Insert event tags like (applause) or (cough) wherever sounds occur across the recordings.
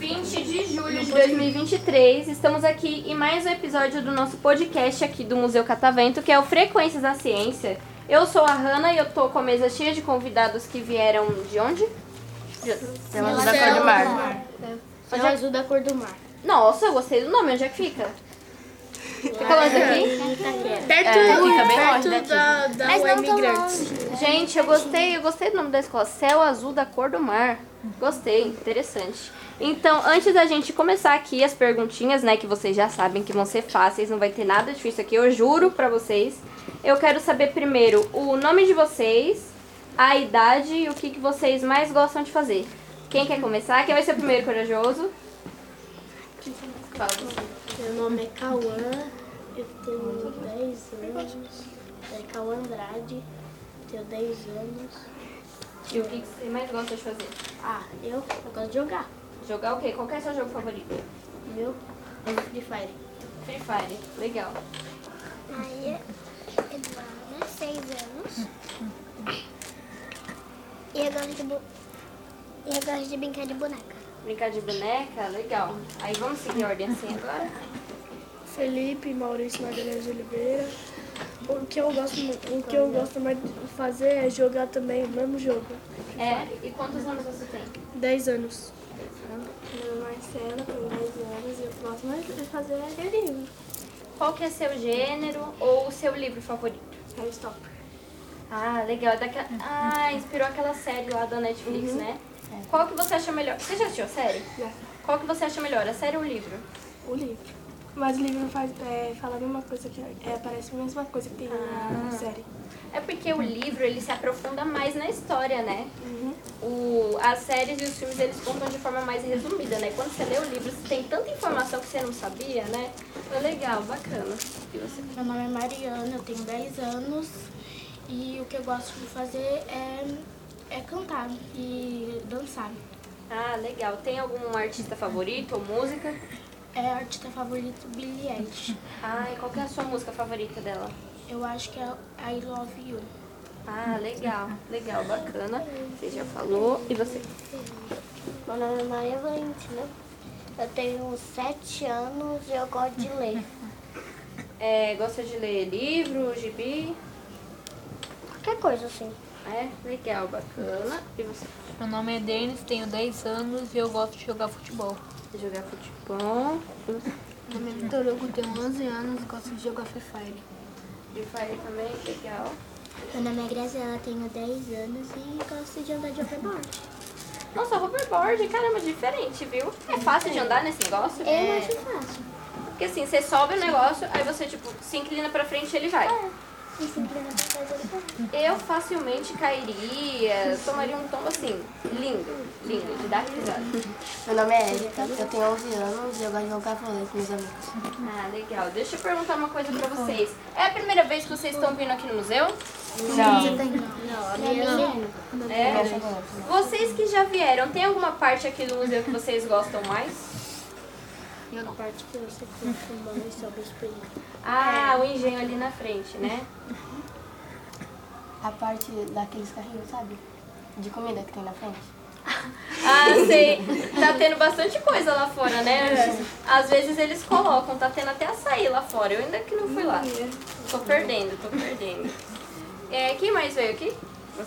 20 de julho de 2023, estamos aqui em mais um episódio do nosso podcast aqui do Museu Catavento, que é o Frequências da Ciência. Eu sou a Hanna e eu tô com a mesa cheia de convidados que vieram de onde? De- Ela da cor do mar. Céu azul da cor do mar. Nossa, eu gostei do nome, onde é que fica? Fica longe daqui? Perto, É, fica bem longe perto daqui. da, da Mas não é tão Imigrantes. longe. Gente, eu gostei, eu gostei do nome da escola, Céu Azul da Cor do Mar. Gostei, interessante. Então, antes da gente começar aqui as perguntinhas, né, que vocês já sabem que vão ser fáceis, não vai ter nada difícil aqui, eu juro pra vocês. Eu quero saber primeiro o nome de vocês, a idade e o que, que vocês mais gostam de fazer. Quem quer começar? Quem vai ser o primeiro corajoso? Fala você. Meu nome é Cauã, eu tenho 10 anos. É Cauã Andrade, eu tenho 10 anos. E o que que você mais gosta de fazer? Ah, eu, eu gosto de jogar. Jogar o quê? Qual que é o seu jogo favorito? Meu Free Fire. Free Fire. Legal. Maia Eduarda, 6 né, anos. E eu gosto de, bu- e eu gosto de brincar de boneca. Brincar de boneca, legal. Aí vamos seguir a ordem assim agora? Felipe Maurício Magalhães de Oliveira. O que eu gosto, mu- o que eu gosto mais de fazer é jogar também o mesmo jogo. É, e quantos anos você tem? 10 anos. é Qual que é seu gênero ou o seu livro favorito? É Ah, legal. É daquela... Ah, inspirou aquela série lá da Netflix, né? Qual que você acha melhor? Você já assistiu a série? Já. Qual que você acha melhor, a série ou o livro? O livro. Mas o livro faz, é, fala a mesma coisa que. É, parece a mesma coisa que tem Ah. na série. É porque o livro, ele se aprofunda mais na história, né? O, as séries e os filmes, eles contam de forma mais resumida, né? Quando você lê o livro, você tem tanta informação que você não sabia, né? É legal, bacana. E você? Meu nome é Mariana, eu tenho 10 anos. E o que eu gosto de fazer é, é cantar e dançar. Ah, legal. Tem algum artista favorito ou música? É artista favorito Billie Eilish. Ah, e qual que é a sua música favorita dela? Eu acho que é I Love You. Ah, legal, legal, bacana. Você já falou. E você? Meu nome é Maria Valentina. Eu tenho 7 anos e eu gosto de ler. É, gosta de ler livro, gibi? Qualquer coisa assim. É, legal, bacana. E você? Meu nome é Denis, tenho 10 anos e eu gosto de jogar futebol. Jogar futebol. E você? Meu nome é Vitor Hugo, tenho 11 anos e gosto de jogar Free Fire. De fire também, legal. Meu nome é Graziela, tenho 10 anos e gosto de andar de overboard. Nossa, hoverboard, caramba, diferente, viu? É fácil de andar nesse negócio? Eu acho fácil. Porque assim, você sobe o negócio, aí você, tipo, se inclina pra frente e ele vai. E simplesmente fazer ele Eu facilmente cairia, tomaria um tombo assim, lindo, lindo, de dar risada. Meu nome é Erika, eu tenho 11 anos e eu gosto de jogar vôlei com meus amigos. Ah, legal. Deixa eu perguntar uma coisa pra vocês. É a primeira vez que vocês estão vindo aqui no museu? (laughs) Não. É? Vocês que já vieram, tem alguma parte aqui do museu que vocês gostam mais? A parte que você curte mais sobre os períodos. Ah, É. o engenho ali na frente, né? A parte daqueles carrinhos, sabe? De comida que tem na frente. (laughs) Ah, sei. Tá tendo bastante coisa lá fora, É. né? Às vezes eles colocam, tá tendo até açaí lá fora. Eu ainda que não fui lá. Tô perdendo, tô perdendo. É, quem mais veio aqui? O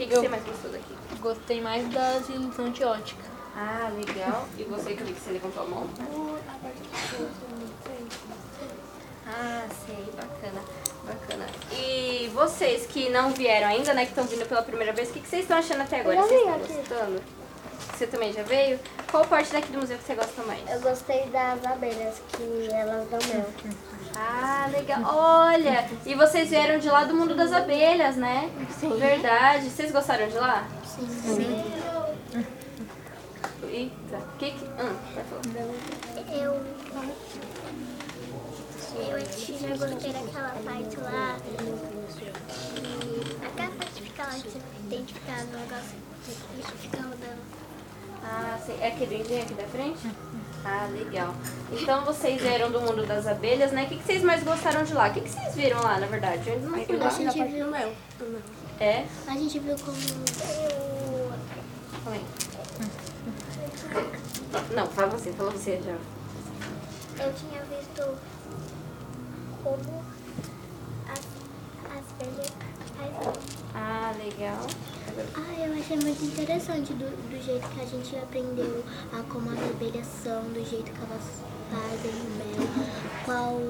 que, que você mais gostou daqui? Gostei mais das ilusões de ótica. Ah, legal. E você que você levantou a mão? Ah, sei, bacana, bacana. E vocês que não vieram ainda, né, que estão vindo pela primeira vez, o que, que vocês estão achando até agora? Eu já Vocês vim estão gostando? Você também já veio? Qual parte daqui do museu que você gosta mais? Eu gostei das abelhas que elas dão mel. Ah, legal. Olha, e vocês vieram de lá do mundo das abelhas, né? Sim. Verdade. Vocês gostaram de lá? Sim. Eita, o que que... Hum, vai falar. Eu. Eu tinha gostei daquela parte lá. que- Aquela parte que fica lá que tem que ficar no negócio. que Fica rodando. Ah, sei. É aquele engenho aqui da frente? Ah, legal. Então vocês vieram do mundo das abelhas, né? O que, que vocês mais gostaram de lá? O que, que vocês viram lá, na verdade? Eu ainda não fui lá. A gente viu meu. É? A gente viu como. Calma aí. Não, fala você, fala você já. Eu tinha visto como as, as velhas fazem. Ah, legal. Ah, eu achei muito interessante do, do jeito que a gente aprendeu a como as abelhas são, do jeito que elas fazem o mel, qual,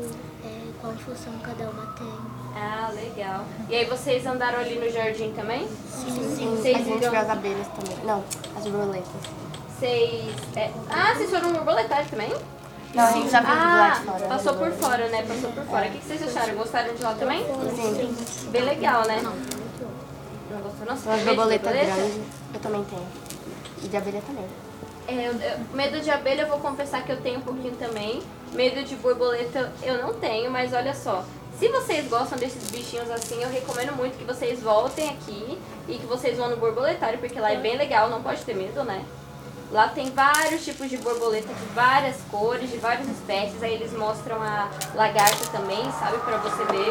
é, qual função cada uma tem. Ah, legal. E aí vocês andaram ali no jardim também? Sim, A Vocês gente viram. vê as abelhas também. Não, as borboletas. Vocês. é- Ah, vocês foram borboletar também? Não, a gente já viu do lado Ah, de fora. as passou por borboletas. fora, né? Passou por fora. O que que vocês acharam? Gostaram de lá também? Sim, Bem legal, né? Não gostou, não? Você umas tem medo de borboletas borboleta? grandes. Eu também tenho. E de abelha também. É, eu- eu- medo de abelha eu vou confessar que eu tenho um pouquinho também. Medo de borboleta eu não tenho, mas olha só. Se vocês gostam desses bichinhos assim, eu recomendo muito que vocês voltem aqui e que vocês vão no borboletário, porque lá é bem legal, não pode ter medo, né? Lá tem vários tipos de borboleta de várias cores, de várias espécies. Aí eles mostram a lagarta também, sabe? Pra você ver.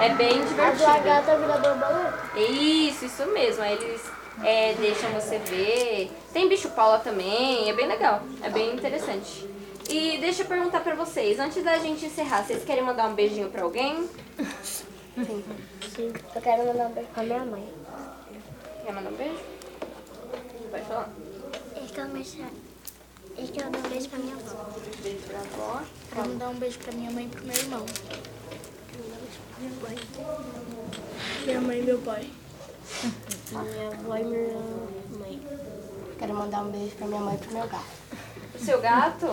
É bem divertido. vira borboleta? Isso, isso mesmo. Aí eles é, deixam você ver. Tem bicho Paula também, é bem legal, é bem interessante. E deixa eu perguntar pra vocês, antes da gente encerrar, vocês querem mandar um beijinho pra alguém? Sim. Eu quero mandar um beijo pra minha mãe. Quer mandar um beijo? Pode falar. Eu quero, mexer. eu quero dar um beijo pra minha avó. Beijo pra avó. Quero mandar um beijo pra minha mãe e pro meu irmão. Minha mãe e meu pai. Minha avó e minha mãe. Quero mandar um beijo pra minha mãe e pro meu gato. O seu gato?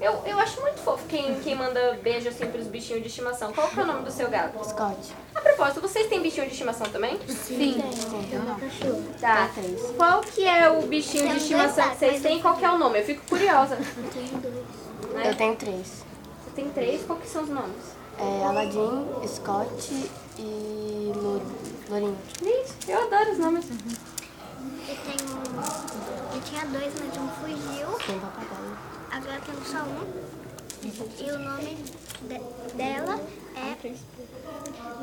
Eu, eu acho muito fofo quem, quem manda beijo assim pros bichinhos de estimação. Qual que é o nome do seu gato? Scott. A propósito, vocês têm bichinho de estimação também? Cachorro. Tá. Qual que é o bichinho de Tem estimação dois que vocês gatos. têm? Qual que é o nome? Eu fico curiosa. Eu tenho dois. Né? Eu tenho três. Você tem três? Qual que são os nomes? É, Aladdin, Scott e Louro. Lourinho. Gente, eu adoro os nomes. Eu tenho. Eu tinha dois, mas um fugiu. Tem papagaio. Agora eu tenho só um. E o nome de- dela é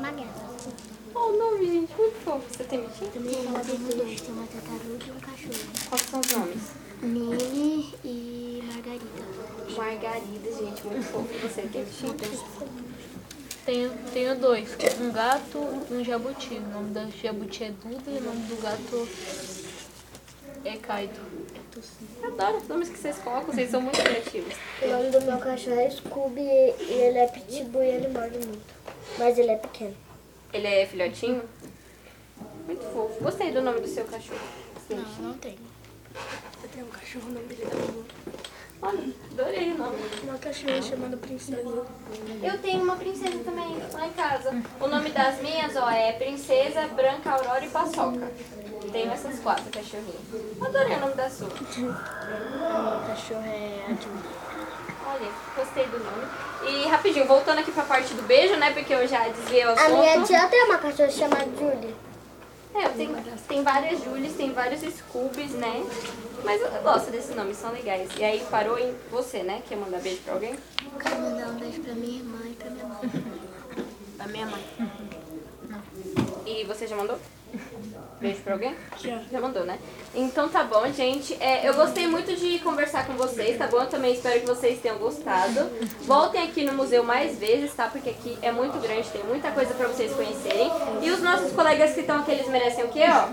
Maguela. Olha o nome, gente, muito fofo. Você tem bichinho? Também ela tem dois, tem uma tartaruga e um cachorro. Quais são os nomes? Nini e Margarida. Margarida, gente, muito fofo. E Você tem bichinho? Tenho, tenho dois, um gato e um jabuti. O nome do jabuti é Duda e o nome do gato é Kaido. Eu adoro os nomes que vocês colocam, vocês são muito criativos. O nome do meu cachorro é Scooby e ele é pitbull e ele morde muito. Mas ele é pequeno. Ele é filhotinho? Muito fofo. Gostei do nome do seu cachorro. Não, não tenho. Eu tenho um cachorro no dele da Lulu. Olha, adorei o nome. Uma cachorra chamada Princesa. Eu tenho uma princesa também lá em casa. O nome das minhas, ó, é Princesa, Branca, Aurora e Paçoca. Tenho essas quatro cachorrinhas. Adorei o nome da sua. Meu cachorro é a Julia. Olha, gostei do nome. E rapidinho, voltando aqui pra parte do beijo, né? Porque eu já desviei o A minha assunto. tia tem uma cachorra chamada Julie. É, eu tenho, tem várias Julies, tem vários Scoobies, né? Mas eu gosto desse nome, são legais. E aí parou em você, né? Quer mandar beijo pra alguém? Eu quero mandar um beijo pra minha irmã e pra minha mãe. Pra minha mãe. E você já mandou? Beijo pra alguém? Já. Já mandou, né? Então tá bom, gente. É, eu gostei muito de conversar com vocês, tá bom? Eu também espero que vocês tenham gostado. Voltem aqui no museu mais vezes, tá? Porque aqui é muito grande, tem muita coisa pra vocês conhecerem. E os nossos colegas que estão aqui, eles merecem o quê, ó?